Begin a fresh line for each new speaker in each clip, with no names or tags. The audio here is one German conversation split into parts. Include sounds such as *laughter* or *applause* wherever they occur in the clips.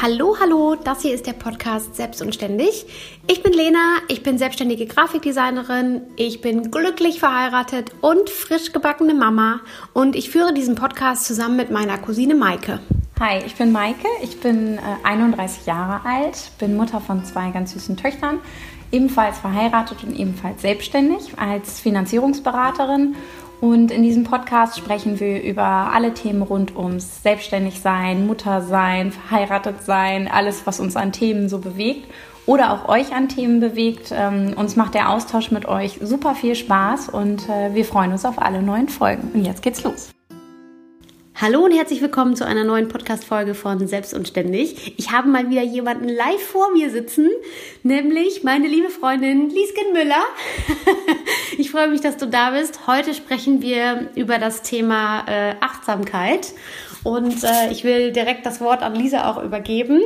Hallo, hallo, das hier ist der Podcast Selbst und Ständig. Ich bin Lena, ich bin selbstständige Grafikdesignerin, ich bin glücklich verheiratet und frisch gebackene Mama und ich führe diesen Podcast zusammen mit meiner Cousine Maike.
Hi, ich bin Maike, ich bin äh, 31 Jahre alt, bin Mutter von zwei ganz süßen Töchtern, ebenfalls verheiratet und ebenfalls selbstständig als Finanzierungsberaterin. Und in diesem Podcast sprechen wir über alle Themen rund ums Selbstständigsein, Muttersein, Verheiratetsein, alles, was uns an Themen so bewegt oder auch euch an Themen bewegt. Ähm, uns macht der Austausch mit euch super viel Spaß und äh, wir freuen uns auf alle neuen Folgen. Und jetzt geht's los.
Hallo und herzlich willkommen zu einer neuen Podcast-Folge von Selbst und Ständig. Ich habe mal wieder jemanden live vor mir sitzen, nämlich meine liebe Freundin Liesken Müller. *laughs* ich freue mich, dass du da bist. Heute sprechen wir über das Thema äh, Achtsamkeit und äh, ich will direkt das Wort an Lisa auch übergeben.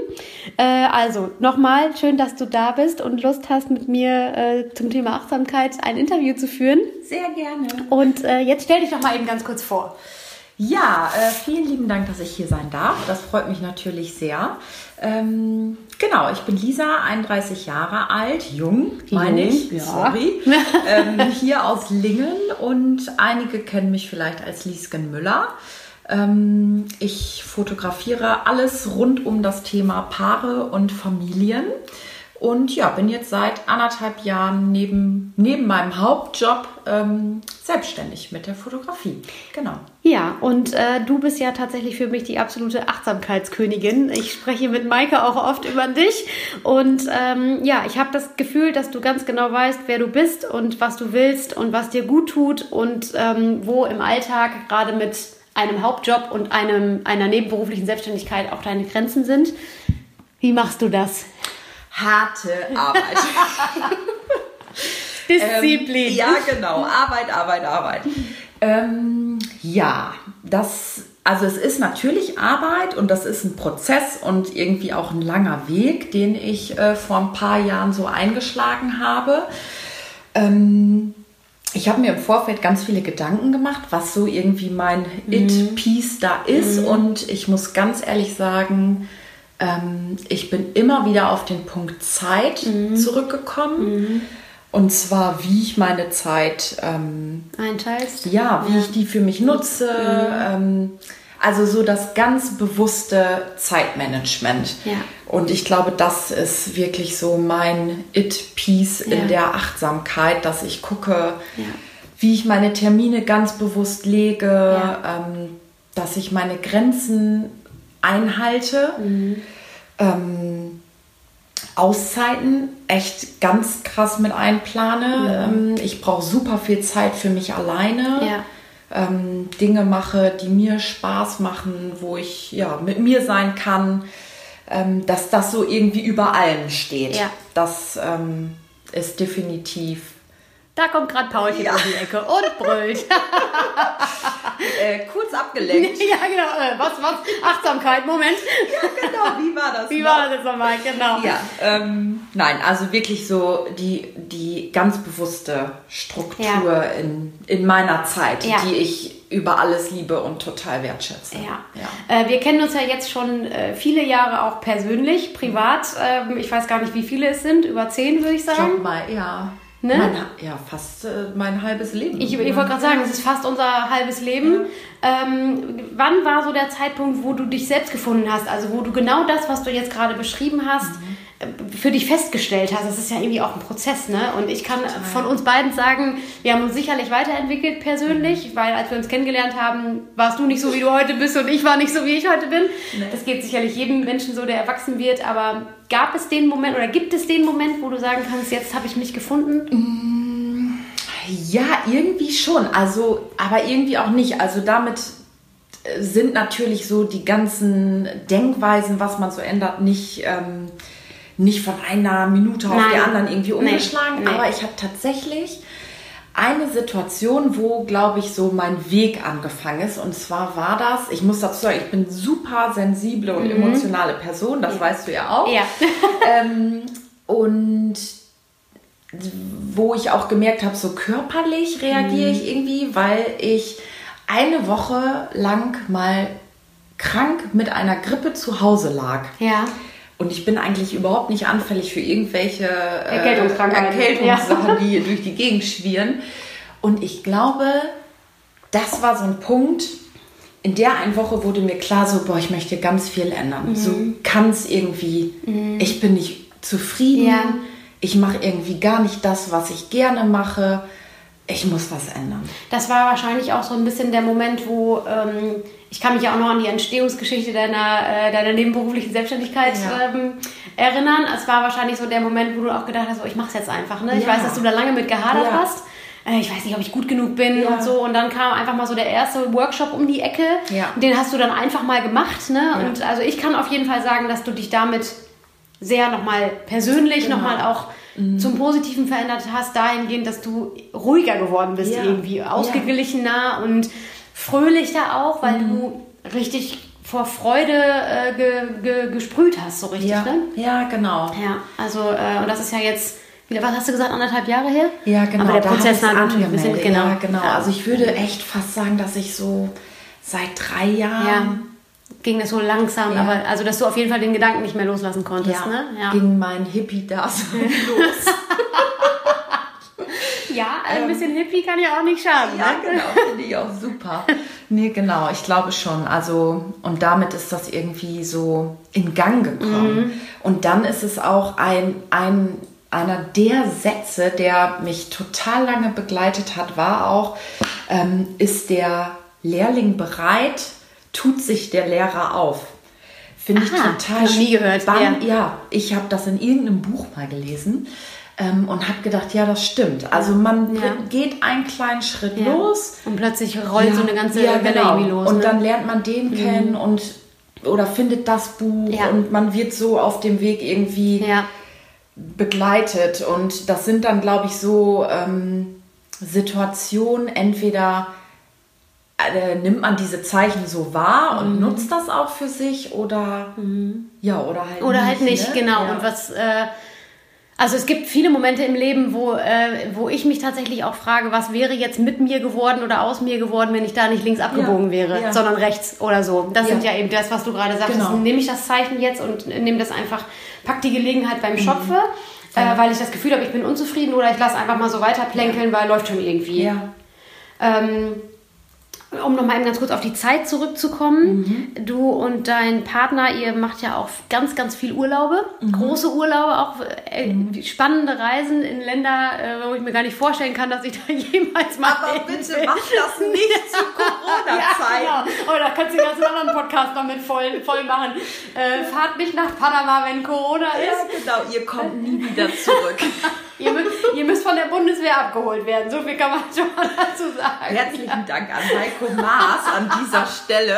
Äh, also nochmal, schön, dass du da bist und Lust hast, mit mir äh, zum Thema Achtsamkeit ein Interview zu führen.
Sehr gerne.
Und äh, jetzt stell dich doch mal eben ganz kurz vor.
Ja, äh, vielen lieben Dank, dass ich hier sein darf. Das freut mich natürlich sehr. Ähm, genau, ich bin Lisa, 31 Jahre alt, jung, meine
Jung,
ich,
ja. *laughs*
sorry. ähm, hier aus Lingen und einige kennen mich vielleicht als Liesken Müller. Ähm, ich fotografiere alles rund um das Thema Paare und Familien. Und ja, bin jetzt seit anderthalb Jahren neben, neben meinem Hauptjob ähm, selbstständig mit der Fotografie. Genau.
Ja, und äh, du bist ja tatsächlich für mich die absolute Achtsamkeitskönigin. Ich spreche mit Maike auch oft über dich. Und ähm, ja, ich habe das Gefühl, dass du ganz genau weißt, wer du bist und was du willst und was dir gut tut und ähm, wo im Alltag gerade mit einem Hauptjob und einem, einer nebenberuflichen Selbstständigkeit auch deine Grenzen sind. Wie machst du das?
Harte Arbeit. Ähm,
Disziplin.
ja, genau. Arbeit, Arbeit, Arbeit. ähm, ja, das, also es ist natürlich Arbeit und das ist ein Prozess und irgendwie auch ein langer Weg, den ich äh, vor ein paar Jahren so eingeschlagen habe. Ähm, ich habe mir im Vorfeld ganz viele Gedanken gemacht, was so irgendwie mein It-Piece da ist. Und ich muss ganz ehrlich sagen, ähm, ich bin immer wieder auf den Punkt Zeit zurückgekommen. Und zwar, wie ich meine Zeit ähm,
Einteilst?
ja, wie ich die für mich nutze.
Mhm.
Ähm, also so das ganz bewusste Zeitmanagement.
Ja.
Und ich glaube, das ist wirklich so mein It-Piece
Ja.
in der Achtsamkeit, dass ich gucke, wie ich meine Termine ganz bewusst lege, ähm, dass ich meine Grenzen einhalte.
Mhm.
Ähm, Auszeiten echt ganz krass mit einplane. Ähm, Ich brauche super viel Zeit für mich alleine.
Ja.
Ähm, Dinge mache, die mir Spaß machen, wo ich ja mit mir sein kann. Ähm, dass das so irgendwie über allem steht.
Ja.
Das ähm, ist definitiv
Da kommt gerade Paulchen
Ja.
um die Ecke und brüllt.
äh, kurz
*laughs*
abgelenkt.
ja, genau. Äh, Was, was? Achtsamkeit, Moment.
genau, wie war das?
Wie
noch?
war das jetzt nochmal? Genau.
Ja, ähm, nein, also wirklich so die, die ganz bewusste Struktur
Ja.
in, in meiner Zeit,
Ja.
die ich über alles liebe und total wertschätze.
Ja.
ja.
Äh, wir kennen uns ja jetzt schon äh, viele Jahre auch persönlich, privat.
Mhm.
Ähm, ich weiß gar nicht, wie viele es sind. Über zehn würde ich
Stopp
sagen.
mal, ja.
Ne?
Mein, ha- ja, fast äh, mein halbes Leben.
Ich, ich wollte gerade sagen, es ist fast unser halbes Leben. Ähm, wann war so der Zeitpunkt, wo du dich selbst gefunden hast? Also wo du genau das, was du jetzt gerade beschrieben hast, äh, für dich festgestellt hast. Das ist ja irgendwie auch ein Prozess, ne? Und ich kann von uns beiden sagen, wir haben uns sicherlich weiterentwickelt persönlich, weil als wir uns kennengelernt haben, warst du nicht so, wie du heute bist und ich war nicht so, wie ich heute bin. Das geht sicherlich jedem Menschen so, der erwachsen wird. Aber gab es den Moment oder gibt es den Moment, wo du sagen kannst, jetzt habe ich mich gefunden?
Ja, irgendwie schon. Also, aber irgendwie auch nicht. Also damit äh, sind natürlich so die ganzen Denkweisen, was man so ändert, nicht, ähm, nicht von einer Minute auf
Nein.
die anderen irgendwie
Nee,
umgeschlagen.
nee.
Aber ich habe tatsächlich eine Situation, wo, glaube ich, so mein Weg angefangen ist. Und zwar war das, ich muss dazu sagen, ich bin super sensible und emotionale Person, das weißt du ja auch.
Mhm. Ja.
ähm, und wo ich auch gemerkt habe, so körperlich reagiere ich irgendwie, weil ich eine Woche lang mal krank mit einer Grippe zu Hause lag.
Ja. *laughs*
Und ich bin eigentlich überhaupt nicht anfällig für irgendwelche äh,
Erkältungskrankheiten.
Erkältungssachen, die *laughs* durch die Gegend schwirren. Und ich glaube, das war so ein Punkt, in der einen Woche wurde mir klar, so, boah, ich möchte ganz viel ändern.
Mhm.
So kann es irgendwie, ich bin nicht zufrieden,
Ja.
ich mache irgendwie gar nicht das, was ich gerne mache. Ich muss was ändern.
Das war wahrscheinlich auch so ein bisschen der Moment, wo ähm, ich kann mich ja auch noch an die Entstehungsgeschichte deiner, äh, deiner nebenberuflichen Selbstständigkeit
Ja.
ähm, erinnern. Es war wahrscheinlich so der Moment, wo du auch gedacht hast, oh, ich mach's jetzt einfach. Ne? Ich
Ja.
weiß, dass du da lange mit gehadert
Ja.
hast. Äh, Ich weiß nicht, ob ich gut genug bin
Ja.
und so. Und dann kam einfach mal so der erste Workshop um die Ecke.
Ja.
Den hast du dann einfach mal gemacht. Ne?
Ja.
Und also ich kann auf jeden Fall sagen, dass du dich damit sehr nochmal persönlich
Genau.
nochmal auch zum Positiven verändert hast, dahingehend, dass du ruhiger geworden bist,
Ja.
irgendwie
Ja.
ausgeglichener und fröhlicher auch, weil
Mhm.
du richtig vor Freude äh, ge, ge, gesprüht hast, so richtig,
Ja,
ne?
ja genau.
Ja, also, äh, und das ist ja jetzt, wie, was hast du gesagt, anderthalb Jahre her?
Ja, genau.
Aber der
da
Prozess
habe ich's
hat natürlich ein bisschen,
angemeldet.
genau.
Ja, genau. Also ich würde echt fast sagen, dass ich so seit drei
ja,
Jahren
ging das so langsam,
Ja.
aber also, dass du auf jeden Fall den Gedanken nicht mehr loslassen konntest,
ja,
ne?
ging mein
*laughs*
Hippie-Dasein *laughs* los.
ja äh,
Ähm,
ein bisschen hippie kann ja auch nicht schaden,
ja,
ne?
genau. Finde ich auch super. Nee, genau. Ich glaube schon. Also, und damit ist das irgendwie so in Gang
Mhm.
gekommen. Und dann ist es auch ein, ein, einer der Sätze, der mich total lange begleitet hat, war auch, ähm, ist der Lehrling bereit, tut sich der Lehrer auf. Finde ich
Aha,
total
noch nie gehört,
spannend.
ja.
Ja, ich habe das in irgendeinem Buch mal gelesen ähm, und habe gedacht, ja, das stimmt. Also man
Ja.
geht einen kleinen Schritt
Ja.
los.
Und plötzlich rollt so eine ganze Welle irgendwie los.
genau. Und
ne?
dann lernt man den kennen und oder findet das Buch
Ja.
und man wird so auf dem Weg irgendwie
ja.
begleitet. Und das sind dann, glaube ich, so ähm, Situationen, entweder äh, nimmt man diese Zeichen so
Mhm.
wahr und nutzt das auch für sich oder ja, oder halt
Oder halt nicht,
ne?
genau.
Ja.
Und was, äh, also es gibt viele Momente im Leben, wo, äh, wo ich mich tatsächlich auch frage, was wäre jetzt mit mir geworden oder aus mir geworden, wenn ich da nicht links abgebogen
Ja,
wäre,
ja.
sondern rechts oder so. Das
Ja.
sind ja eben das, was du gerade sagst.
Genau.
Nehme ich das Zeichen jetzt und nehme das einfach, pack die Gelegenheit
Mhm.
beim Schopfe. Äh, weil ich das Gefühl habe, ich bin unzufrieden oder ich lasse einfach mal so weiter plänkeln, weil läuft schon irgendwie.
ja.
Ähm, um nochmal eben ganz kurz auf die Zeit zurückzukommen. Du und dein Partner, ihr macht ja auch ganz, ganz viel Urlaube. Große Urlaube, auch äh, spannende Reisen in Länder, äh, wo ich mir gar nicht vorstellen kann, dass ich *laughs* da jemals mal
Aber
bin.
bitte mach das nicht zu Corona-Zeiten.
*laughs* Ja, genau. Oh, da kannst du den ganzen anderen Podcast noch mit voll, voll machen. Äh, fahrt nicht nach Panama, wenn Corona ist.
Ja, genau, ihr kommt nie wieder zurück.
Ihr müsst, ihr müsst von der Bundeswehr abgeholt werden. So viel kann man schon mal dazu sagen.
Herzlichen Dank an Heiko Maas an dieser Stelle.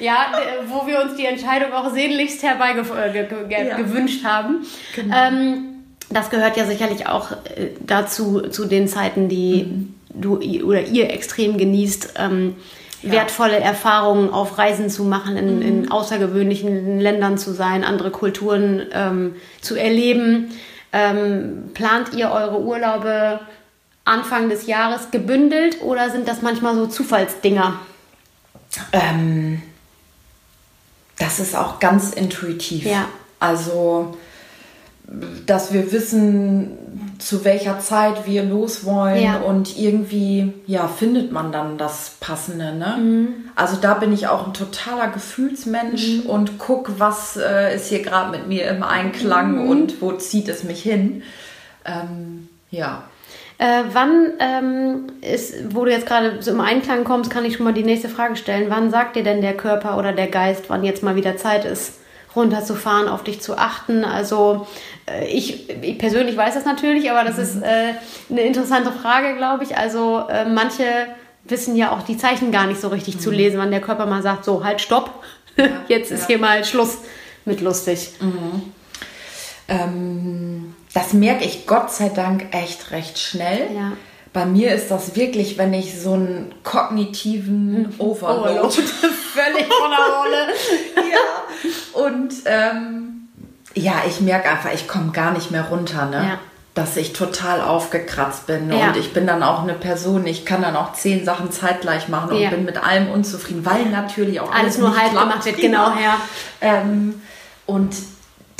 Ja, d- wo wir uns die Entscheidung auch sehnlichst äh,
Ja.
herbeigewünscht haben. Ähm, das gehört ja sicherlich auch äh, dazu, zu den Zeiten, die du i- oder ihr extrem genießt, ähm, wertvolle Erfahrungen auf Reisen zu machen, in, in außergewöhnlichen Ländern zu sein, andere Kulturen ähm, zu erleben. Ähm, plant ihr eure Urlaube Anfang des Jahres gebündelt oder sind das manchmal so Zufallsdinger?
Ähm, das ist auch ganz intuitiv.
Ja.
Also, dass wir wissen, zu welcher Zeit wir los wollen
Ja.
und irgendwie, ja, findet man dann das Passende. Ne?
Mhm.
Also da bin ich auch ein totaler Gefühlsmensch und guck, was äh, ist hier gerade mit mir im Einklang
Mhm.
und wo zieht es mich hin. Ähm, ja.
Äh, wann ähm, ist, wo du jetzt gerade so im Einklang kommst, kann ich schon mal die nächste Frage stellen. Wann sagt dir denn der Körper oder der Geist, wann jetzt mal wieder Zeit ist, runterzufahren, auf dich zu achten? Also äh, ich, ich persönlich weiß das natürlich, aber das
Mhm.
ist äh, eine interessante Frage, glaube ich. Also äh, manche wissen ja auch die Zeichen gar nicht so richtig zu lesen, wann der Körper mal sagt, so halt, stopp, *laughs* jetzt ist
Mhm. ja.
hier mal Schluss mit lustig.
Ähm, das merke ich Gott sei Dank echt recht schnell.
Ja.
Bei mir ist das wirklich, wenn ich so einen kognitiven
Mhm.
Overload, *laughs*
Völlig von der Rolle. *laughs*
ja. und ähm, ja, ich merke einfach, ich komme gar nicht mehr runter. Ne?
Ja.
dass ich total aufgekratzt bin
Ja.
und ich bin dann auch eine Person, ich kann dann auch zehn Sachen zeitgleich machen und
Ja.
bin mit allem unzufrieden, weil natürlich auch
Alles nur
nicht
halb
klappt.
gemacht wird, genau, ja.
Ähm, und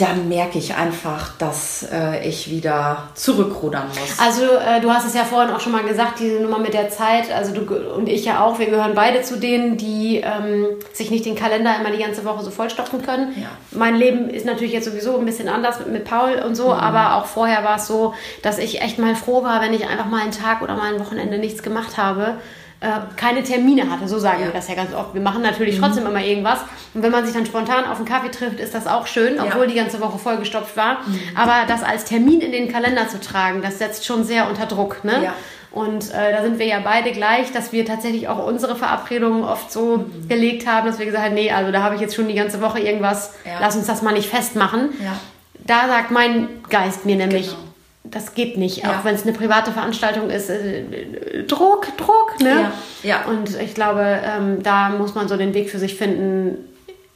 dann merke ich einfach, dass äh, ich wieder zurückrudern muss.
Also äh, du hast es ja vorhin auch schon mal gesagt, diese Nummer mit der Zeit, also du ge- und ich ja auch, wir gehören beide zu denen, die ähm, sich nicht den Kalender immer die ganze Woche so vollstopfen können.
Ja.
Mein Leben ist natürlich jetzt sowieso ein bisschen anders mit, mit Paul und so, aber auch vorher war es so, dass ich echt mal froh war, wenn ich einfach mal einen Tag oder mal ein Wochenende nichts gemacht habe. äh, keine Termine hatte, so sagen wir das ja ganz oft. Wir machen natürlich trotzdem immer irgendwas. Und wenn man sich dann spontan auf einen Kaffee trifft, ist das auch schön, obwohl die ganze Woche vollgestopft war.
Mhm.
Aber das als Termin in den Kalender zu tragen, das setzt schon sehr unter Druck. Ne?
Ja.
Und äh, da sind wir ja beide gleich, dass wir tatsächlich auch unsere Verabredungen oft so
Mhm.
gelegt haben, dass wir gesagt haben, nee, also da habe ich jetzt schon die ganze Woche irgendwas,
Ja.
lass uns das mal nicht festmachen.
Ja.
Da sagt mein Geist mir nämlich,
Genau.
das geht nicht,
Ja.
auch wenn es eine private Veranstaltung ist. äh, äh, Druck, Druck, ne?
Ja, ja.
Und ich glaube, ähm, da muss man so den Weg für sich finden,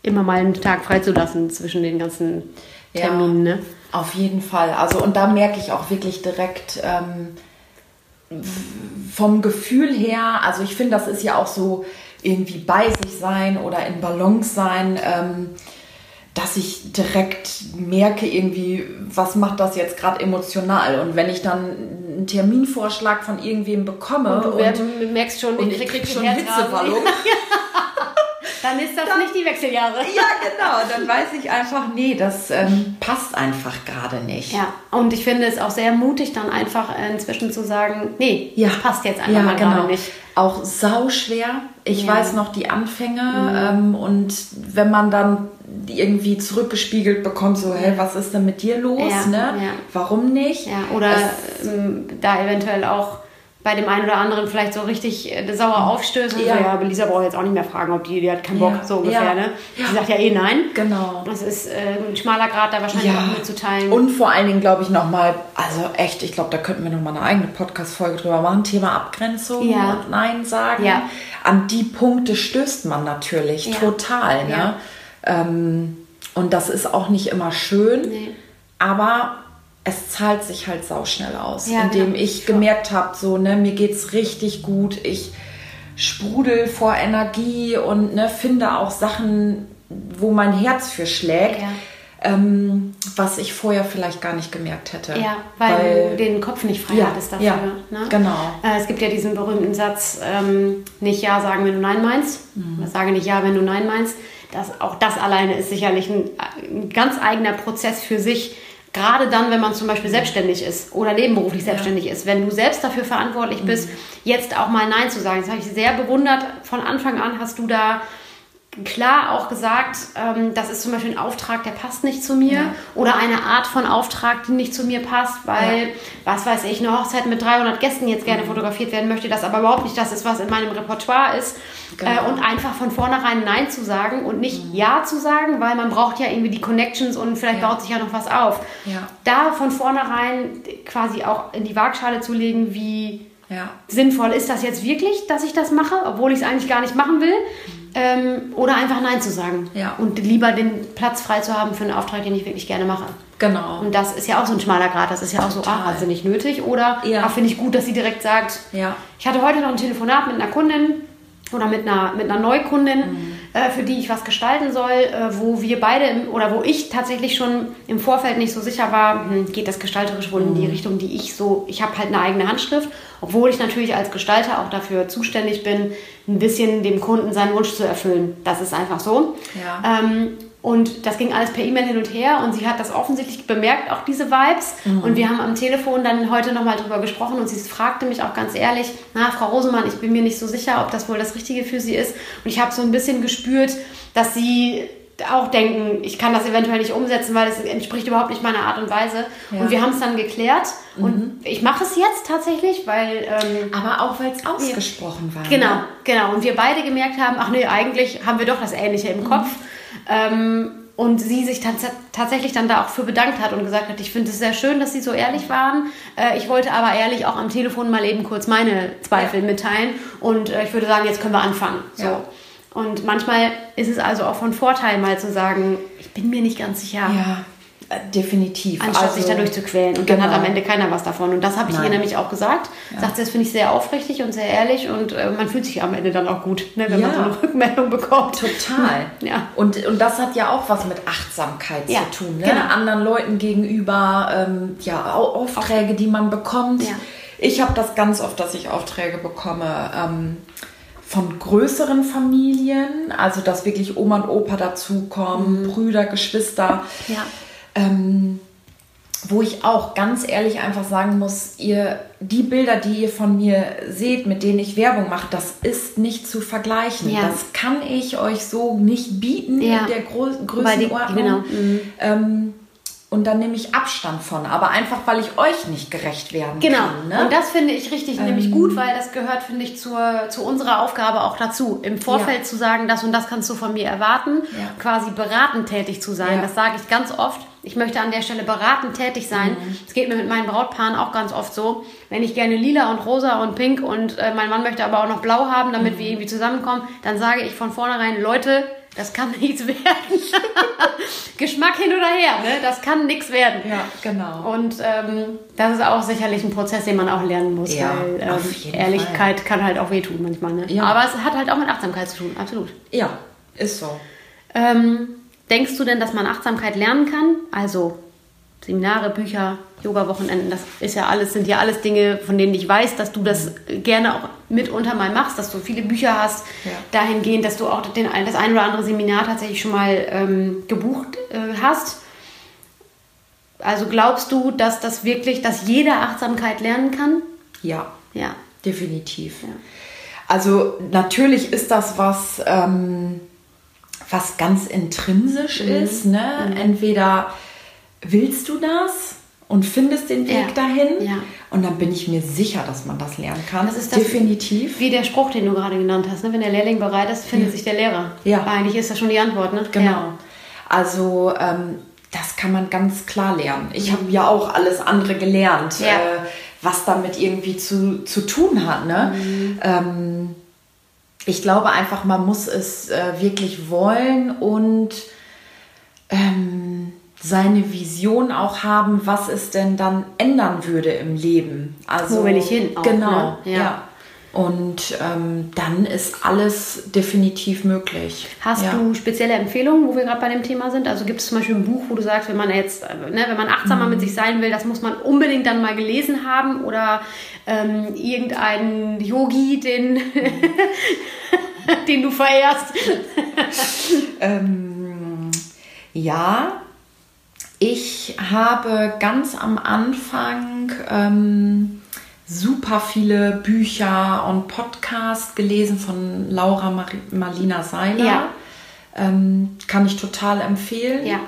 immer mal einen Tag freizulassen zwischen den ganzen
Ja.
Terminen, ne?
Auf jeden Fall. Also und da merke ich auch wirklich direkt ähm, w- vom Gefühl her. Also ich finde, das ist ja auch so irgendwie bei sich sein oder in Balance sein, ähm, dass ich direkt merke irgendwie, was macht das jetzt gerade emotional? Und wenn ich dann einen Terminvorschlag von irgendwem bekomme
Du
und,
merkst schon,
und
ich krieg richtig Herzrasen.
Hitzewallung.
Dann ist das nicht die Wechseljahre.
ja, genau. Dann weiß ich einfach, nee, das ähm, passt einfach gerade nicht.
Ja, und ich finde es auch sehr mutig, dann einfach äh, inzwischen zu sagen, nee, das passt jetzt einfach
Ja, genau.
mal gerade nicht.
Auch sauschwer. Ich
Ja. Mhm.
weiß noch die Anfänge ähm, und wenn man dann irgendwie zurückgespiegelt bekommt, so, hey, was ist denn mit dir los?
Ja,
ne?
ja.
Warum nicht?
Ja, oder
Es-
ähm, da eventuell auch bei dem einen oder anderen vielleicht so richtig äh, sauer aufstößt und
Ja.
so, ja, aber Lisa braucht jetzt auch nicht mehr fragen, ob die, die hat keinen Bock,
Ja.
so ungefähr,
Ja.
ne?
Ja.
Die sagt ja eh nein.
Genau.
Das ist äh, ein schmaler Grad, da wahrscheinlich auch mitzuteilen.
Und vor allen Dingen, glaube ich, nochmal, also echt, ich glaube, da könnten wir nochmal eine eigene Podcast-Folge drüber machen. Thema Abgrenzung
Ja.
und Nein sagen.
Ja.
An die Punkte stößt man natürlich
Ja.
total. Ne?
Ja.
Ähm, und das ist auch nicht immer schön,
Nee.
aber es zahlt sich halt sauschnell aus,
Ja,
indem
genau.
ich gemerkt habe, so, ne, mir geht's richtig gut, ich sprudel vor Energie und ne, finde auch Sachen, wo mein Herz für schlägt
Ja.
ähm, was ich vorher vielleicht gar nicht gemerkt hätte.
Ja, weil, du den Kopf nicht frei
Ja,
hattest dafür.
ja,
ne?
genau.
Äh, es gibt ja diesen berühmten Satz, ähm, nicht Ja sagen, wenn du Nein meinst.
Mhm.
Oder Sage nicht Ja, wenn du Nein meinst. Das, auch das alleine ist sicherlich ein, ein ganz eigener Prozess für sich. Gerade dann, wenn man zum Beispiel
Mhm.
selbstständig ist oder nebenberuflich selbstständig ist. Wenn du selbst dafür verantwortlich bist,
Mhm.
jetzt auch mal Nein zu sagen. Das habe ich sehr bewundert. Von Anfang an hast du da klar auch gesagt, ähm, das ist zum Beispiel ein Auftrag, der passt nicht zu mir oder eine Art von Auftrag, die nicht zu mir passt, weil, was weiß ich, eine Hochzeit mit 300 Gästen jetzt
Mhm.
gerne fotografiert werden möchte, das aber überhaupt nicht das ist, was in meinem Repertoire ist.
Genau.
Äh, und einfach von vornherein Nein zu sagen und nicht Ja zu sagen, weil man braucht ja irgendwie die Connections und vielleicht
Mhm. Ja.
baut sich ja noch was auf.
Ja.
Da von vornherein quasi auch in die Waagschale zu legen, wie
Ja.
sinnvoll ist das jetzt wirklich, dass ich das mache, obwohl ich es eigentlich gar nicht machen will. Ähm, oder einfach Nein zu sagen.
Ja.
Und lieber den Platz frei zu haben für einen Auftrag, den ich wirklich gerne mache.
Genau.
Und das ist ja auch so ein schmaler Grad. Das ist ja auch so, ah, hat sie nicht nötig. Oder
Ja.
ah, finde ich gut, dass sie direkt sagt,
Ja.
ich hatte heute noch ein Telefonat mit einer Kundin oder mit einer, mit einer Neukundin,
Mhm.
äh, für die ich was gestalten soll, äh, wo wir beide im, oder wo ich tatsächlich schon im Vorfeld nicht so sicher war, hm, geht das gestalterisch wohl in
Mhm.
die Richtung, die ich so, ich habe halt eine eigene Handschrift, obwohl ich natürlich als Gestalter auch dafür zuständig bin, ein bisschen dem Kunden seinen Wunsch zu erfüllen. Das ist einfach so.
Ja.
Ähm, und das ging alles per E-Mail hin und her und sie hat das offensichtlich bemerkt, auch diese Vibes. Und wir haben am Telefon dann heute nochmal drüber gesprochen und sie fragte mich auch ganz ehrlich, na, Frau Rosemann, ich bin mir nicht so sicher, ob das wohl das Richtige für sie ist. Und ich habe so ein bisschen gespürt, dass sie auch denken, ich kann das eventuell nicht umsetzen, weil das entspricht überhaupt nicht meiner Art und Weise. Und wir haben es dann geklärt und ich mache es jetzt tatsächlich, weil... Ähm,
Aber auch weil es ausgesprochen war. ne?
Genau, genau. Und wir beide gemerkt haben, ach nee, eigentlich haben wir doch das Ähnliche
Mhm.
im Kopf. Ähm, und sie sich tats tatsächlich dann da auch für bedankt hat und gesagt hat, ich finde es sehr schön, dass Sie so ehrlich waren. Äh, ich wollte aber ehrlich auch am Telefon mal eben kurz meine Zweifel mitteilen. Und äh, ich würde sagen, jetzt können wir anfangen. So.
Ja.
Und manchmal ist es also auch von Vorteil, mal zu sagen, ich bin mir nicht ganz sicher.
Ja. Definitiv.
anstatt sich dadurch zu quälen. Und dann
Also, Genau.
hat am Ende keiner was davon. Und das habe ich ihr
Nein.
nämlich auch gesagt. Sagt sie, das finde ich sehr aufrichtig und sehr ehrlich und äh, man fühlt sich am Ende dann auch gut, ne, wenn man
Ja.
so eine *laughs* Rückmeldung bekommt.
Total.
*laughs* Ja.
Und, und das hat ja auch was mit Achtsamkeit
Ja,
zu tun. Ne?
genau.
Anderen Leuten gegenüber, ähm, ja, Au- Aufträge, die man bekommt.
Ja.
Ich habe das ganz oft, dass ich Aufträge bekomme ähm, von größeren Familien, also dass wirklich Oma und Opa dazukommen,
Mhm.
Brüder, Geschwister.
Ja.
Ähm, wo ich auch ganz ehrlich einfach sagen muss, ihr, die Bilder, die ihr von mir seht, mit denen ich Werbung mache, das ist nicht zu vergleichen.
Ja.
Das kann ich euch so nicht bieten
Ja.
in der Gro
Weil die-
Größenordnung.
genau.
Ähm, und dann nehme ich Abstand von, aber einfach, weil ich euch nicht gerecht werden
Genau.
kann. Ne? Ähm.
Und das finde ich richtig, nämlich gut, weil das gehört, finde ich, zur, zu unserer Aufgabe auch dazu. Im Vorfeld
Ja.
zu sagen, das und das kannst du von mir erwarten,
Ja.
quasi beratend tätig zu sein.
Ja.
Das sage ich ganz oft. Ich möchte an der Stelle beratend tätig sein.
Mhm.
Es geht mir mit meinen Brautpaaren auch ganz oft so. Wenn ich gerne lila und rosa und pink und äh, mein Mann möchte aber auch noch blau haben, damit
Mhm.
wir irgendwie zusammenkommen, dann sage ich von vornherein, Leute, das kann *laughs* nichts werden. Geschmack hin oder her, ne? Das kann nichts werden.
ja, genau.
Und ähm, das ist auch sicherlich ein Prozess, den man auch lernen muss,
Ja,
weil
auf
ähm,
jeden
Ehrlichkeit kann halt auch wehtun manchmal. Ne?
Ja.
Aber es hat halt auch mit Achtsamkeit zu tun, absolut.
Ja, ist so.
Ähm, denkst du denn, dass man Achtsamkeit lernen kann? Also Seminare, Bücher, Yoga-Wochenenden, das ist ja alles, sind ja alles Dinge, von denen ich weiß, dass du das gerne auch mitunter mal machst, dass du viele Bücher hast,
Ja.
dahingehend, dass du auch den, ein- das ein oder andere Seminar tatsächlich schon mal ähm, gebucht äh, hast. Also glaubst du, dass das wirklich, dass jeder Achtsamkeit lernen kann?
Ja.
Ja.
Definitiv.
Ja.
Also natürlich ist das was, ähm, was ganz intrinsisch
Mhm.
ist. Ne? Entweder willst du das und findest den Weg
Ja.
dahin
Ja.
und dann bin ich mir sicher, dass man das lernen kann.
Das ist das-
Definitiv.
Wie der Spruch, den du gerade genannt hast, ne? wenn der Lehrling bereit ist, findet sich der Lehrer.
Ja.
Eigentlich ist das schon die Antwort, ne?
Genau.
Ja.
Also ähm, das kann man ganz klar lernen. Ich habe ja auch alles andere gelernt,
Mhm. Ja.
äh, was damit irgendwie zu, zu tun hat. Ne?
Mhm.
Ähm, ich glaube einfach, man muss es äh, wirklich wollen und ähm, seine Vision auch haben, was es denn dann ändern würde im Leben. Also,
Wo will ich hin auch,
genau,
ne? Ja.
ja. Und ähm, dann ist alles definitiv möglich.
Hast
ja.
du spezielle Empfehlungen, wo wir gerade bei dem Thema sind? Also gibt es zum Beispiel ein Buch, wo du sagst, wenn man jetzt, äh, ne, wenn man achtsamer
Mhm.
mit sich sein will, das muss man unbedingt dann mal gelesen haben oder ähm, irgendeinen Yogi, den, *laughs* den du verehrst.
Ähm, ja, ich habe ganz am Anfang ähm, super viele Bücher und Podcasts gelesen von Laura Mar Marlina Seiler.
Ja.
Ähm, kann ich total empfehlen.
Ja.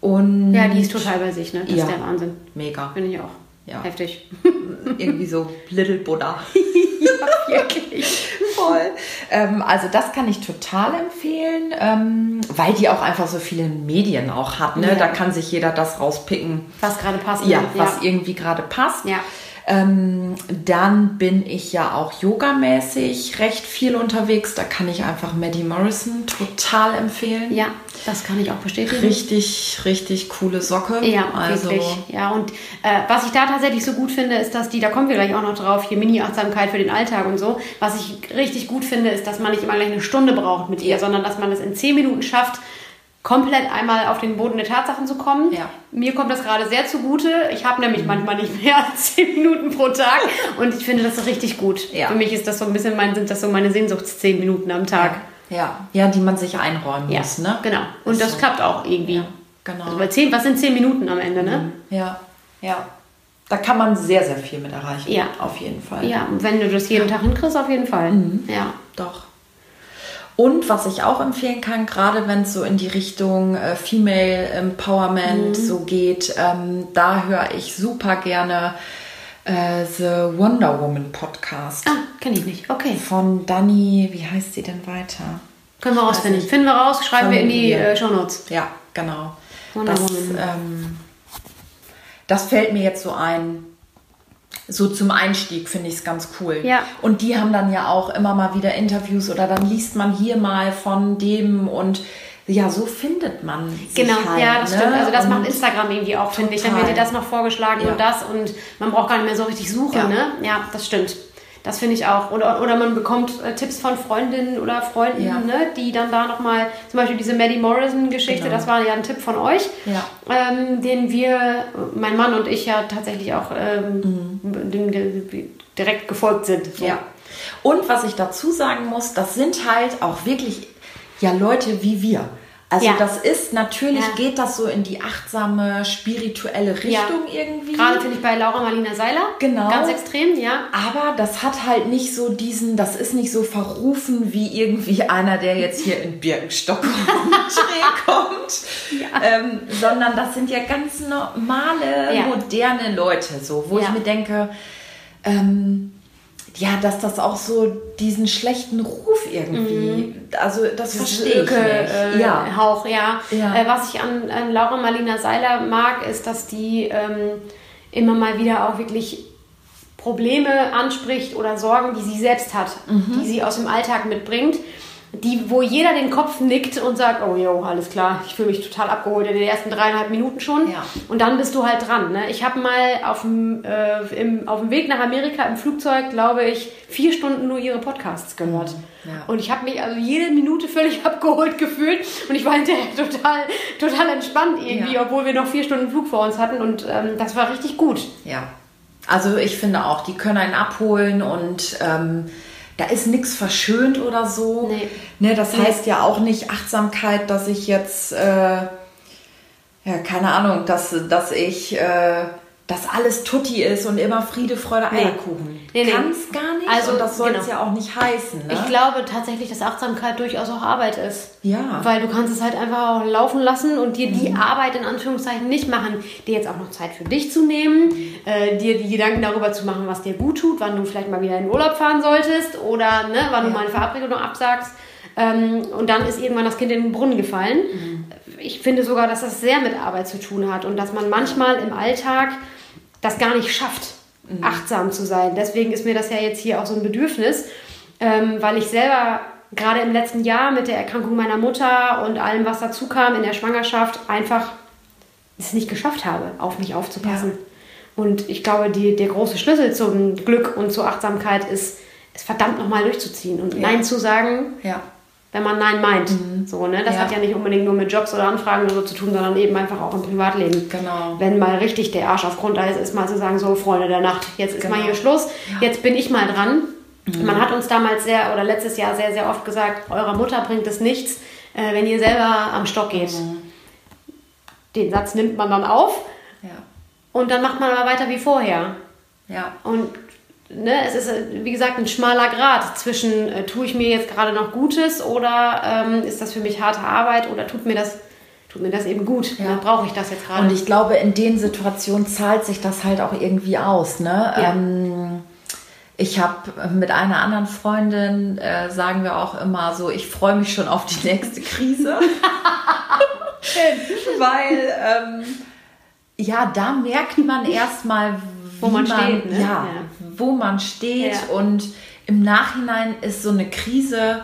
Und
Ja, die ist total bei sich, ne? Das
Ja.
ist der Wahnsinn.
mega.
Finde ich auch.
Ja.
Heftig. *laughs*
Irgendwie so Little Buddha.
Wirklich.
Voll. Ähm, also das kann ich total empfehlen, ähm, weil die auch einfach so viele Medien auch hat. Ne?
Ja.
Da kann sich jeder das rauspicken,
Was gerade passt. ne?
ja, was irgendwie gerade passt.
Ja.
Ähm, dann bin ich ja auch yogamäßig recht viel unterwegs. Da kann ich einfach Maddie Morrison total empfehlen.
ja, das kann ich auch bestätigen.
Richtig, richtig coole Socke.
Ja,
also
wirklich. Ja, und äh, was ich da tatsächlich so gut finde, ist, dass die, da kommen wir gleich auch noch drauf, hier Mini-Achtsamkeit für den Alltag und so. Was ich richtig gut finde, ist, dass man nicht immer gleich eine Stunde braucht mit ihr,
Ja.
sondern dass man es in zehn Minuten schafft, komplett einmal auf den Boden der Tatsachen zu kommen.
Ja.
Mir kommt das gerade sehr zugute. Ich habe nämlich manchmal nicht mehr *laughs* als zehn Minuten pro Tag und ich finde das richtig gut.
Ja.
Für mich ist das so ein bisschen mein, sind das so meine Sehnsuchts zehn Minuten am Tag.
ja, ja, die man sich einräumen
Ja,
muss. Ne?
genau. Und
Ist
das
so.
klappt auch irgendwie.
Genau. Mhm.
Also bei zehn, was sind zehn Minuten am Ende, ne?
ja, ja. Da kann man sehr, sehr viel mit erreichen.
Ja.
Auf jeden Fall.
Ja, und wenn du das jeden Tag hinkriegst, auf jeden Fall. Ja.
Doch. Und was ich auch empfehlen kann, gerade wenn es so in die Richtung äh, Female
Mhm.
Empowerment so geht, ähm, da höre ich super gerne äh, The Wonder Woman Podcast
Ah, kenne ich nicht. Okay.
von Dani, wie heißt sie denn weiter?
Können wir rausfinden. Finden wir raus, schreiben wir in die
Familie.
äh, Shownotes.
Ja, genau.
Wonder
das,
Woman.
Ähm, das fällt mir jetzt so ein. So zum Einstieg finde ich es ganz cool.
Ja.
Und die haben dann ja auch immer mal wieder Interviews oder dann liest man hier mal von dem und ja, so findet man sich
Genau,
halt,
ja, das
ne?
stimmt. Also das macht
Und-
Instagram irgendwie auch, finde ich. Dann wird
Total.
dir das noch vorgeschlagen
Ja.
und das und man braucht gar nicht mehr so richtig suchen,
Ja.
ne? Ja, das stimmt. Das finde ich auch. Oder, oder man bekommt äh, Tipps von Freundinnen oder Freunden,
Ja.
ne, die dann da nochmal, zum Beispiel diese Maddie Morrison-Geschichte,
Genau.
das war ja ein Tipp von euch,
Ja.
ähm, den wir, mein Mann und ich ja tatsächlich auch ähm, dem, dem, direkt gefolgt sind. So.
Mhm. Ja. Und was ich dazu sagen muss, das sind halt auch wirklich ja Leute wie wir. Also
Ja.
das ist natürlich
Ja.
geht das so in die achtsame spirituelle Richtung irgendwie.
Gerade finde ich bei Laura Marlina Seiler.
Genau.
Ganz extrem, ja.
aber das hat halt nicht so diesen, das ist nicht so verrufen wie irgendwie einer, der jetzt hier in Birkenstock *laughs* und schräg kommt, ähm, sondern das sind ja ganz normale,
Ja.
moderne Leute, so, wo ich
Ja.
mir denke, ähm, ja, dass das auch so diesen schlechten Ruf irgendwie, also das verstehe ich nicht.
Öke, äh,
ja,
Hauch, ja.
Ja.
Äh, was ich an, an Laura Marlina Seiler mag, ist, dass die ähm, immer mal wieder auch wirklich Probleme anspricht oder Sorgen, die sie selbst hat,
Mhm.
die sie aus dem Alltag mitbringt. Die, wo jeder den Kopf nickt und sagt, oh jo, alles klar, ich fühle mich total abgeholt in den ersten dreieinhalb Minuten schon.
Ja.
Und dann bist du halt dran. Ne? Ich habe mal auf dem, äh, im, auf dem Weg nach Amerika im Flugzeug, glaube ich, vier Stunden nur ihre Podcasts gehört.
Ja.
Und ich habe mich also jede Minute völlig *laughs* abgeholt gefühlt und ich war hinterher total, total entspannt irgendwie,
Ja.
obwohl wir noch vier Stunden Flug vor uns hatten und ähm, das war richtig gut.
ja. Also ich finde auch, die können einen abholen und ähm, da ist nichts verschönt oder so.
Nee.
Ne, das
Nee.
heißt ja auch nicht Achtsamkeit, dass ich jetzt, äh, ja, keine Ahnung, dass, dass ich, äh, dass alles Tutti ist und immer Friede, Freude,
Nee.
Eierkuchen.
Nee, nee.
Kann es gar nicht
Also,
und das soll es
genau.
ja auch nicht heißen. Ne?
Ich glaube tatsächlich, dass Achtsamkeit durchaus auch Arbeit ist.
Ja. Mhm.
Weil du kannst es halt einfach auch laufen lassen und dir die Arbeit in Anführungszeichen nicht machen, dir jetzt auch noch Zeit für dich zu nehmen, äh, dir die Gedanken darüber zu machen, was dir gut tut, wann du vielleicht mal wieder in den Urlaub fahren solltest oder ne, wann du mal eine Verabredung absagst. Ähm, und dann ist irgendwann das Kind in den Brunnen gefallen.
Mhm.
Ich finde sogar, dass das sehr mit Arbeit zu tun hat und dass man manchmal im Alltag das gar nicht schafft, achtsam zu sein. Deswegen ist mir das ja jetzt hier auch so ein Bedürfnis, ähm, weil ich selber gerade im letzten Jahr mit der Erkrankung meiner Mutter und allem, was dazu kam in der Schwangerschaft, einfach es nicht geschafft habe, auf mich aufzupassen. Und ich glaube, die, der große Schlüssel zum Glück und zur Achtsamkeit ist, es verdammt nochmal durchzuziehen und Nein zu sagen,
ja.
wenn man Nein meint. So, ne? Das
Mhm. Ja.
hat ja nicht unbedingt nur mit Jobs oder Anfragen oder so zu tun, sondern eben einfach auch im Privatleben.
Genau.
Wenn mal richtig der Arsch auf Grundeis ist, mal zu sagen, so Freunde der Nacht, jetzt ist mal
Genau. Mhm.
hier Schluss, jetzt bin ich mal dran. Man hat uns damals sehr oder letztes Jahr sehr, sehr oft gesagt, eurer Mutter bringt es nichts, äh, wenn ihr selber am Stock geht.
Mhm.
Den Satz nimmt man dann auf
Ja.
und dann macht man aber weiter wie vorher.
Ja.
Und ne, es ist, äh, wie gesagt, ein schmaler Grad zwischen, äh, tue ich mir jetzt gerade noch Gutes oder ähm, ist das für mich harte Arbeit oder tut mir das, tut mir das eben gut?
Ja.
Ne, Brauche ich das jetzt gerade?
Und ich glaube, in den Situationen zahlt sich das halt auch irgendwie aus. Ne?
Ja.
Ähm, ich habe mit einer anderen Freundin, äh, sagen wir auch immer so, ich freue mich schon auf die
*laughs*
nächste Krise. Weil, ähm, ja, da merkt man erstmal,
Wo man steht, ne?
Ja,
Ja.
wo man steht.
Ja.
Und im Nachhinein ist so eine Krise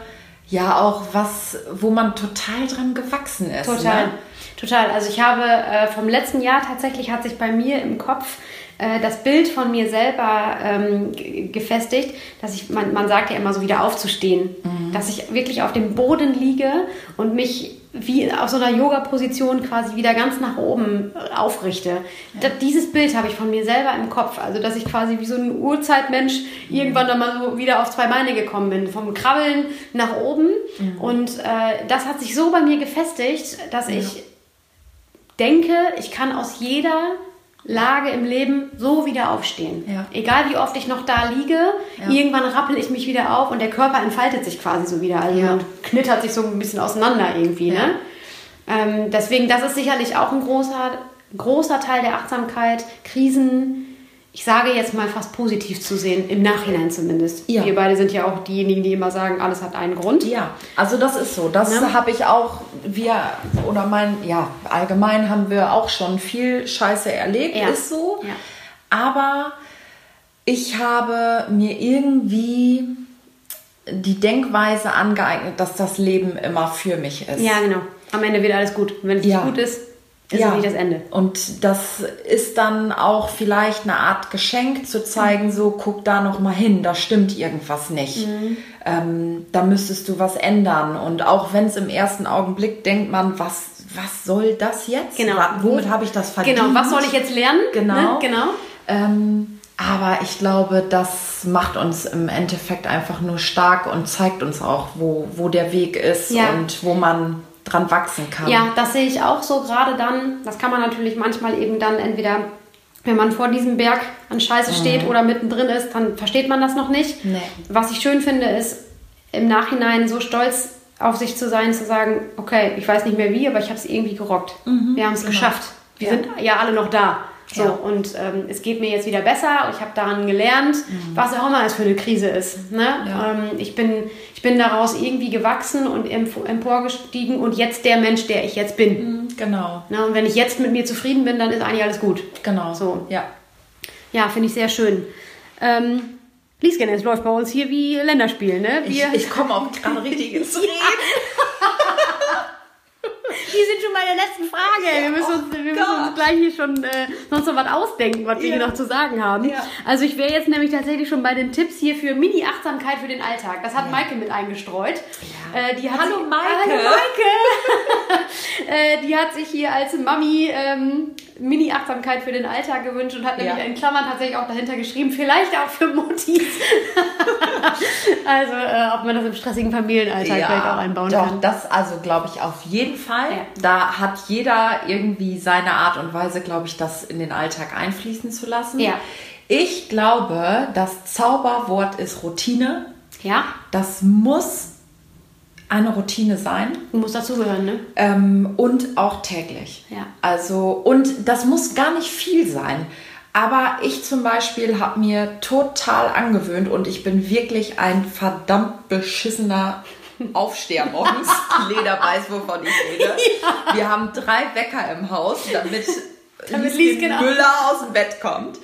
ja auch was, wo man total dran gewachsen ist.
Total.
Ne?
Total. Also ich habe äh, vom letzten Jahr tatsächlich hat sich bei mir im Kopf äh, das Bild von mir selber ähm, ge- gefestigt, dass ich, man, man sagt ja immer so wieder aufzustehen,
Mhm.
dass ich wirklich auf dem Boden liege und mich wie auf so einer Yoga-Position quasi wieder ganz nach oben äh, aufrichte. Da, dieses Bild habe ich von mir selber im Kopf, also dass ich quasi wie so ein Urzeitmensch irgendwann dann mal so wieder auf zwei Beine gekommen bin, vom Krabbeln nach oben. Und äh, das hat sich so bei mir gefestigt, dass ich denke, ich kann aus jeder Lage im Leben so wieder aufstehen.
Ja.
Egal wie oft ich noch da liege, irgendwann rappel ich mich wieder auf und der Körper entfaltet sich quasi so wieder. Also
Ja.
man knittert sich so ein bisschen auseinander irgendwie.
Ja.
Ne? Ähm, deswegen, das ist sicherlich auch ein großer, großer Teil der Achtsamkeit, Krisen, ich sage jetzt mal fast positiv zu sehen, im Nachhinein zumindest.
Ja.
Wir beide sind ja auch diejenigen, die immer sagen, alles hat einen Grund.
Ja, also das ist so. Das
Ne?
habe ich auch, wir oder mein, ja, allgemein haben wir auch schon viel Scheiße erlebt,
Ja.
ist so.
Ja.
Aber ich habe mir irgendwie die Denkweise angeeignet, dass das Leben immer für mich ist.
Ja, genau. am Ende wird alles gut. Und wenn es
Ja.
nicht gut ist, ist es nicht Also das Ende.
Und das ist dann auch vielleicht eine Art Geschenk zu zeigen, so guck da noch mal hin, da stimmt irgendwas nicht.
Mhm.
Ähm, da müsstest du was ändern. Und auch wenn es im ersten Augenblick denkt man, was, was soll das jetzt?
Genau.
Wa- Womit habe ich das verdient?
Genau, was soll ich jetzt lernen?
Genau.
Ne? genau.
Ähm, aber ich glaube, das macht uns im Endeffekt einfach nur stark und zeigt uns auch, wo, wo der Weg ist
Ja.
und wo man dran wachsen kann.
Ja, das sehe ich auch so gerade dann. Das kann man natürlich manchmal eben dann entweder, wenn man vor diesem Berg an
Ah.
Scheiße steht oder mittendrin ist, dann versteht man das noch nicht.
Nee.
Was ich schön finde, ist im Nachhinein so stolz auf sich zu sein, zu sagen, okay, ich weiß nicht mehr wie, aber ich habe es irgendwie gerockt. Wir haben es geschafft. Wir
Mhm, genau. Ja.
sind ja alle noch da. So,
Ja.
und ähm, es geht mir jetzt wieder besser, ich habe daran gelernt, was auch immer es für eine Krise ist. Ne?
Mhm. Ja.
Ähm, ich, bin, ich bin daraus irgendwie gewachsen und emp- emporgestiegen und jetzt der Mensch, der ich jetzt bin.
Genau,
Ne? Und wenn ich jetzt mit mir zufrieden bin, dann ist eigentlich alles gut.
genau.
So.
Ja.
Ja, finde ich sehr schön. Ähm, Liesgen, es läuft bei uns hier wie Länderspiel, ne?
Ich,
Wir,
ich komme auch gerade richtig
*laughs*
ins Reden.
die sind schon bei der letzten Frage. wir müssen, uns, wir müssen
Oh Gott.
uns gleich hier schon äh, sonst noch was ausdenken, was wir
Ja.
hier noch zu sagen haben.
Ja.
Also ich wäre jetzt nämlich tatsächlich schon bei den Tipps hier für Mini-Achtsamkeit für den Alltag. Das hat Maike mit eingestreut. Äh, die hat
Hallo,
sich,
Maike.
Hallo Maike! *laughs* äh, die hat sich hier als Mami ähm, Mini-Achtsamkeit für den Alltag gewünscht und hat nämlich
Ja.
in Klammern tatsächlich auch dahinter geschrieben, vielleicht auch für Mutis. *laughs* also äh, ob man das im stressigen Familienalltag vielleicht auch einbauen
doch,
kann.
das also glaube ich auf jeden Fall.
Ja.
Da hat jeder irgendwie seine Art und Weise, glaube ich, das in den Alltag einfließen zu lassen.
Ja.
Ich glaube, das Zauberwort ist Routine.
Ja,
Das muss eine Routine sein.
muss dazugehören, ne?
Ähm, und auch täglich.
Ja.
Also, und das muss gar nicht viel sein. Aber ich zum Beispiel habe mir total angewöhnt und ich bin wirklich ein verdammt beschissener Aufsteher morgens. Leder weiß, wovon ich rede. Wir haben drei Wecker im Haus, damit,
Damit
Lieschen
Lieschen aus-
Müller aus dem Bett kommt.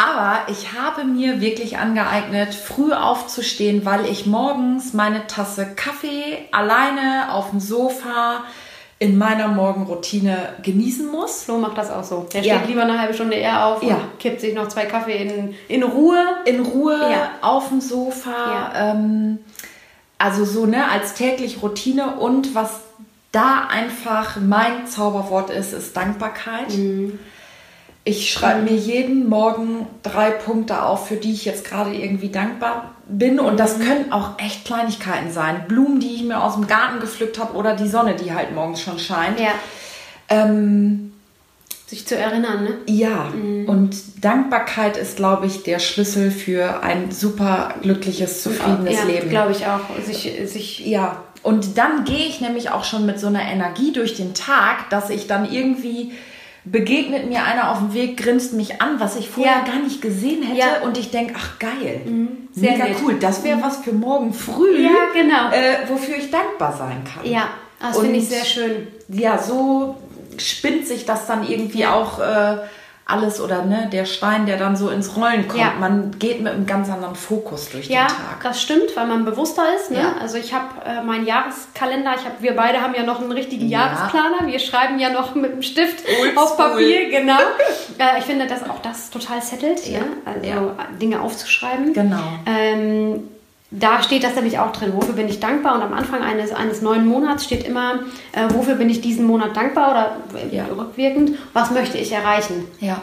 Aber ich habe mir wirklich angeeignet, früh aufzustehen, weil ich morgens meine Tasse Kaffee alleine auf dem Sofa in meiner Morgenroutine genießen muss.
Flo macht das auch so. Der
Ja.
steht lieber eine halbe Stunde eher auf
Ja.
und kippt sich noch zwei Kaffee in, in Ruhe.
In Ruhe,
Ja.
auf dem Sofa.
Ja.
Ähm, also so, ne, als tägliche Routine. Und was da einfach mein Zauberwort ist, ist Dankbarkeit.
Mhm.
Ich schreibe mir jeden Morgen drei Punkte auf, für die ich jetzt gerade irgendwie dankbar bin. Und das
Mhm.
können auch echt Kleinigkeiten sein. Blumen, die ich mir aus dem Garten gepflückt habe oder die Sonne, die halt morgens schon scheint.
Ja.
Ähm,
Sich zu erinnern, ne?
ja. und Dankbarkeit ist, glaube ich, der Schlüssel für ein super glückliches, zufriedenes
ja,
Leben.
glaube ich auch. Sich, sich,
Ja, und dann gehe ich nämlich auch schon mit so einer Energie durch den Tag, dass ich dann irgendwie begegnet mir einer auf dem Weg, grinst mich an, was ich vorher
Ja.
gar nicht gesehen hätte
Ja. Mhm.
und ich denke, ach geil,
sehr
mega
nett. Mhm.
cool, das wäre was für morgen früh,
Ja, genau.
äh, wofür ich dankbar sein kann.
ja, das finde ich
Und
sehr schön.
Ja, so spinnt sich das dann irgendwie auch äh, alles oder ne, der Stein, der dann so ins Rollen kommt.
Ja.
Man geht mit einem ganz anderen Fokus durch
Ja,
den Tag.
das stimmt, weil man bewusster ist. Ne?
Ja.
Also ich habe äh, meinen Jahreskalender, ich hab, wir beide haben ja noch einen richtigen
Ja.
Jahresplaner. Wir schreiben ja noch mit dem Stift
Oldschool.
auf Papier,
*laughs*
genau. äh, ich finde, dass auch das total settelt, ne? also
Ja.
Dinge aufzuschreiben.
Genau.
Ähm, da steht das nämlich auch drin, wofür bin ich dankbar und am Anfang eines, eines neuen Monats steht immer, äh, wofür bin ich diesen Monat dankbar oder äh,
Ja.
rückwirkend, was möchte ich erreichen.
Ja.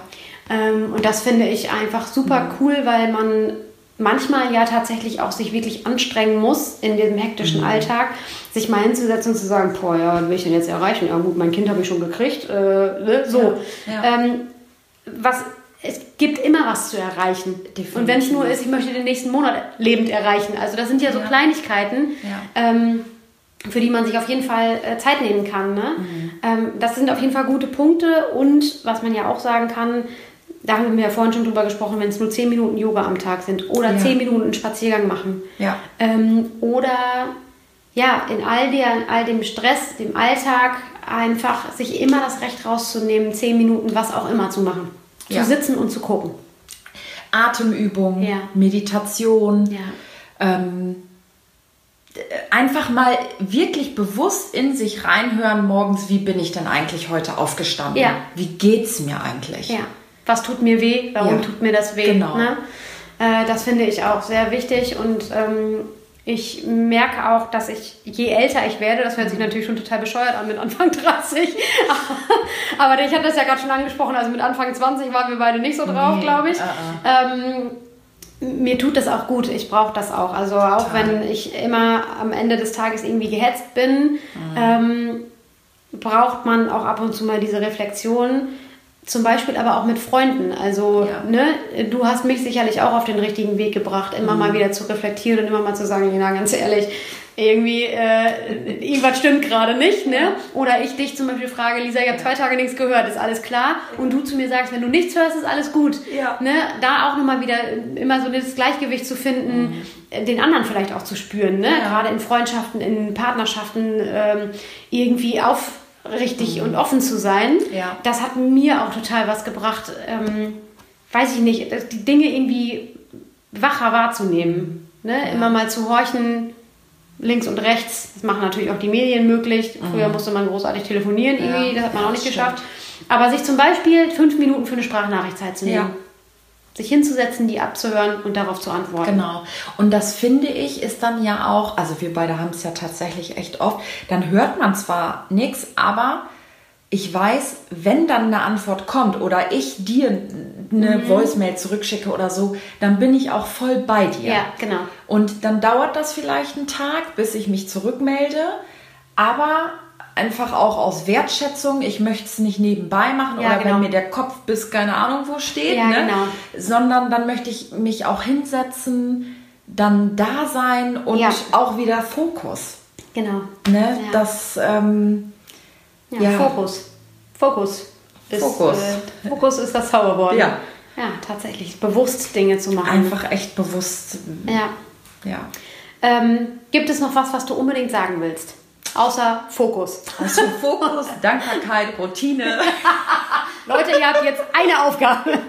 Ähm, und das finde ich einfach super
Mhm.
cool, weil man manchmal ja tatsächlich auch sich wirklich anstrengen muss in diesem
Mhm.
hektischen Alltag, sich mal hinzusetzen und zu sagen, boah, ja, was will ich denn jetzt erreichen? Ja gut, mein Kind habe ich schon gekriegt, äh, ne? so.
Ja, ja.
Ähm, was, es gibt immer was zu erreichen.
Definitiv.
Und wenn es nur ist, ich möchte den nächsten Monat lebend erreichen. Also das sind ja so
Ja.
Kleinigkeiten.
Ja.
Ähm, für die man sich auf jeden Fall äh, Zeit nehmen kann. Ne?
Mhm.
Ähm, das sind auf jeden Fall gute Punkte und was man ja auch sagen kann, da haben wir ja vorhin schon drüber gesprochen, wenn es nur 10 Minuten Yoga am Tag sind oder
Ja.
10 Minuten einen Spaziergang machen.
Ja.
Ähm, oder ja, in all, der, in all dem Stress, dem Alltag einfach sich immer das Recht rauszunehmen, 10 Minuten was auch immer zu machen.
Ja.
Zu sitzen und zu gucken.
Atemübung,
Ja.
Meditation.
Ja.
Ähm, einfach mal wirklich bewusst in sich reinhören morgens, wie bin ich denn eigentlich heute aufgestanden?
Ja.
Wie geht's mir eigentlich?
Ja. Was tut mir weh? Warum
Ja.
tut mir das weh?
Genau.
Ne? Äh, das finde ich auch sehr wichtig und ähm, ich merke auch, dass ich, je älter ich werde, das hört
Mhm.
sich natürlich schon total bescheuert an mit Anfang *laughs* 30, aber ich hatte das ja gerade schon angesprochen, also mit Anfang 20 waren wir beide nicht so drauf,
Nee,
glaube ich.
ah,
Ähm, mir tut das auch gut, ich brauche das auch. Also auch wenn ich immer am Ende des Tages irgendwie gehetzt bin, ähm, braucht man auch ab und zu mal diese Reflexion. Zum Beispiel aber auch mit Freunden. Also,
Ja.
ne, du hast mich sicherlich auch auf den richtigen Weg gebracht, immer
Mhm.
mal wieder zu reflektieren und immer mal zu sagen, Lena, ganz ehrlich, irgendwie, äh, irgendwas stimmt gerade nicht, ne? Oder ich dich zum Beispiel frage, Lisa, ich habe zwei Tage nichts gehört, ist alles klar? Und du zu mir sagst, wenn du nichts hörst, ist alles gut.
Ja.
Ne? Da auch nochmal wieder immer so das Gleichgewicht zu finden, äh, den anderen vielleicht auch zu spüren, ne?
Mhm. Ja.
Gerade in Freundschaften, in Partnerschaften ähm, irgendwie aufrichtig
Mhm.
und offen zu sein.
Ja.
Das hat mir auch total was gebracht, ähm, weiß ich nicht, dass die Dinge irgendwie wacher wahrzunehmen. Ne? Immer mal zu horchen, links und rechts. Das machen natürlich auch die Medien möglich. Früher musste man großartig telefonieren, irgendwie, das hat man
Mhm. Ja,
auch nicht
das
geschafft. Aber sich zum Beispiel fünf Minuten für eine Sprachnachricht Zeit zu nehmen.
Ja.
Sich hinzusetzen, die abzuhören und darauf zu antworten.
Genau. Und das finde ich ist dann ja auch, also wir beide haben es ja tatsächlich echt oft, dann hört man zwar nichts, aber ich weiß, wenn dann eine Antwort kommt oder ich dir eine
Mhm.
Voicemail zurückschicke oder so, dann bin ich auch voll bei dir.
Ja, genau.
Und dann dauert das vielleicht einen Tag, bis ich mich zurückmelde, aber einfach auch aus Wertschätzung, ich möchte es nicht nebenbei machen
Ja,
oder
genau.
wenn mir der Kopf bis keine Ahnung wo steht,
Ja,
ne?
genau.
sondern dann möchte ich mich auch hinsetzen, dann da sein und
Ja.
auch wieder Fokus.
Genau.
Ne?
Ja.
Das, ähm,
Ja,
Ja.
Fokus. Fokus. Ist,
Fokus.
Äh, Fokus ist das Zauberwort.
Ja.
Ja, tatsächlich. Bewusst Dinge zu machen.
einfach echt bewusst,
Ja.
ja.
Ähm, gibt es noch was, was du unbedingt sagen willst? Außer Fokus.
*laughs* Also Fokus, Dankbarkeit, Routine.
Leute, ihr habt jetzt eine Aufgabe.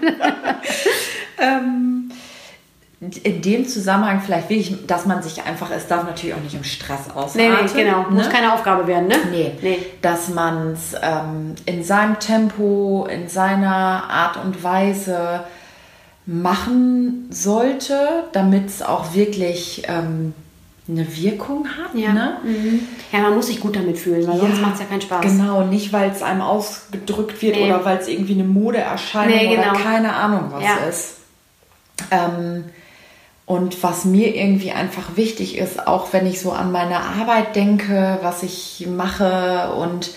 In dem Zusammenhang vielleicht wirklich, dass man sich einfach, es darf natürlich auch nicht im Stress
*laughs* Nee,
ausarten.
nee, genau. Muss
ne?
keine Aufgabe werden, ne?
Nee,
Nee.
dass man es ähm, in seinem Tempo, in seiner Art und Weise machen sollte, damit es auch wirklich ähm, eine Wirkung hat.
Ja.
Ne?
Mhm. ja, man muss sich gut damit fühlen, weil sonst macht es ja keinen Spaß.
Genau, nicht weil es einem ausgedrückt wird
Nee.
oder weil es irgendwie eine Modeerscheinung
Nee, genau.
oder keine Ahnung was
Ja.
ist. Ähm, und was mir irgendwie einfach wichtig ist, auch wenn ich so an meine Arbeit denke, was ich mache und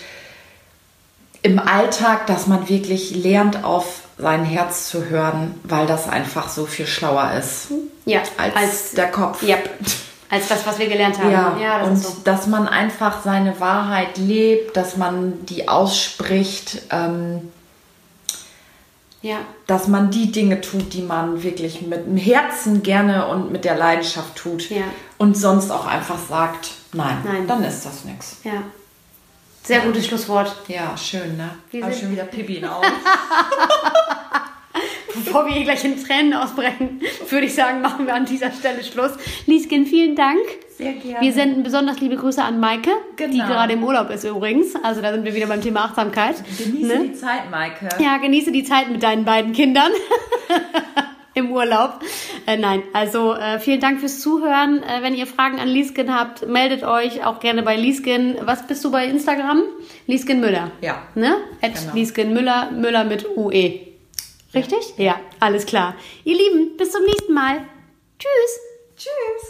im Alltag, dass man wirklich lernt, auf sein Herz zu hören, weil das einfach so viel schlauer ist
Ja,
als,
Hm. als,
der Kopf. *laughs*
ja, als das, was wir gelernt haben.
Ja,
das
und
ist so.
dass man einfach seine Wahrheit lebt, dass man die ausspricht, ähm,
Ja.
dass man die Dinge tut, die man wirklich mit dem Herzen gerne und mit der Leidenschaft tut.
Ja.
Und sonst auch einfach sagt, nein,
Nein.
dann ist das nichts.
ja. Sehr gutes Schlusswort.
Ja, schön, ne?
Wir
Hab ich
sind-
schon wieder
*laughs*
Pipi in den Augen.
Bevor wir hier gleich in Tränen ausbrechen, würde ich sagen, machen wir an dieser Stelle Schluss. Lieskin, vielen Dank.
Sehr gerne.
Wir senden besonders liebe Grüße an Maike, die
Genau.
gerade im Urlaub ist übrigens. Also da sind wir wieder beim Thema Achtsamkeit.
Genieße die Zeit, Maike.
ne? Ja, genieße die Zeit mit deinen beiden Kindern *laughs* im Urlaub. Äh, nein, also äh, vielen Dank fürs Zuhören. Äh, wenn ihr Fragen an Lieskin habt, meldet euch auch gerne bei Lieskin. Was bist du bei Instagram? Lieskin Müller.
Ja.
Ne? At
Genau.
Lieskin Müller, Müller mit E. UE. Richtig? Ja, alles klar. Ihr Lieben, bis zum nächsten Mal. Tschüss.
Tschüss.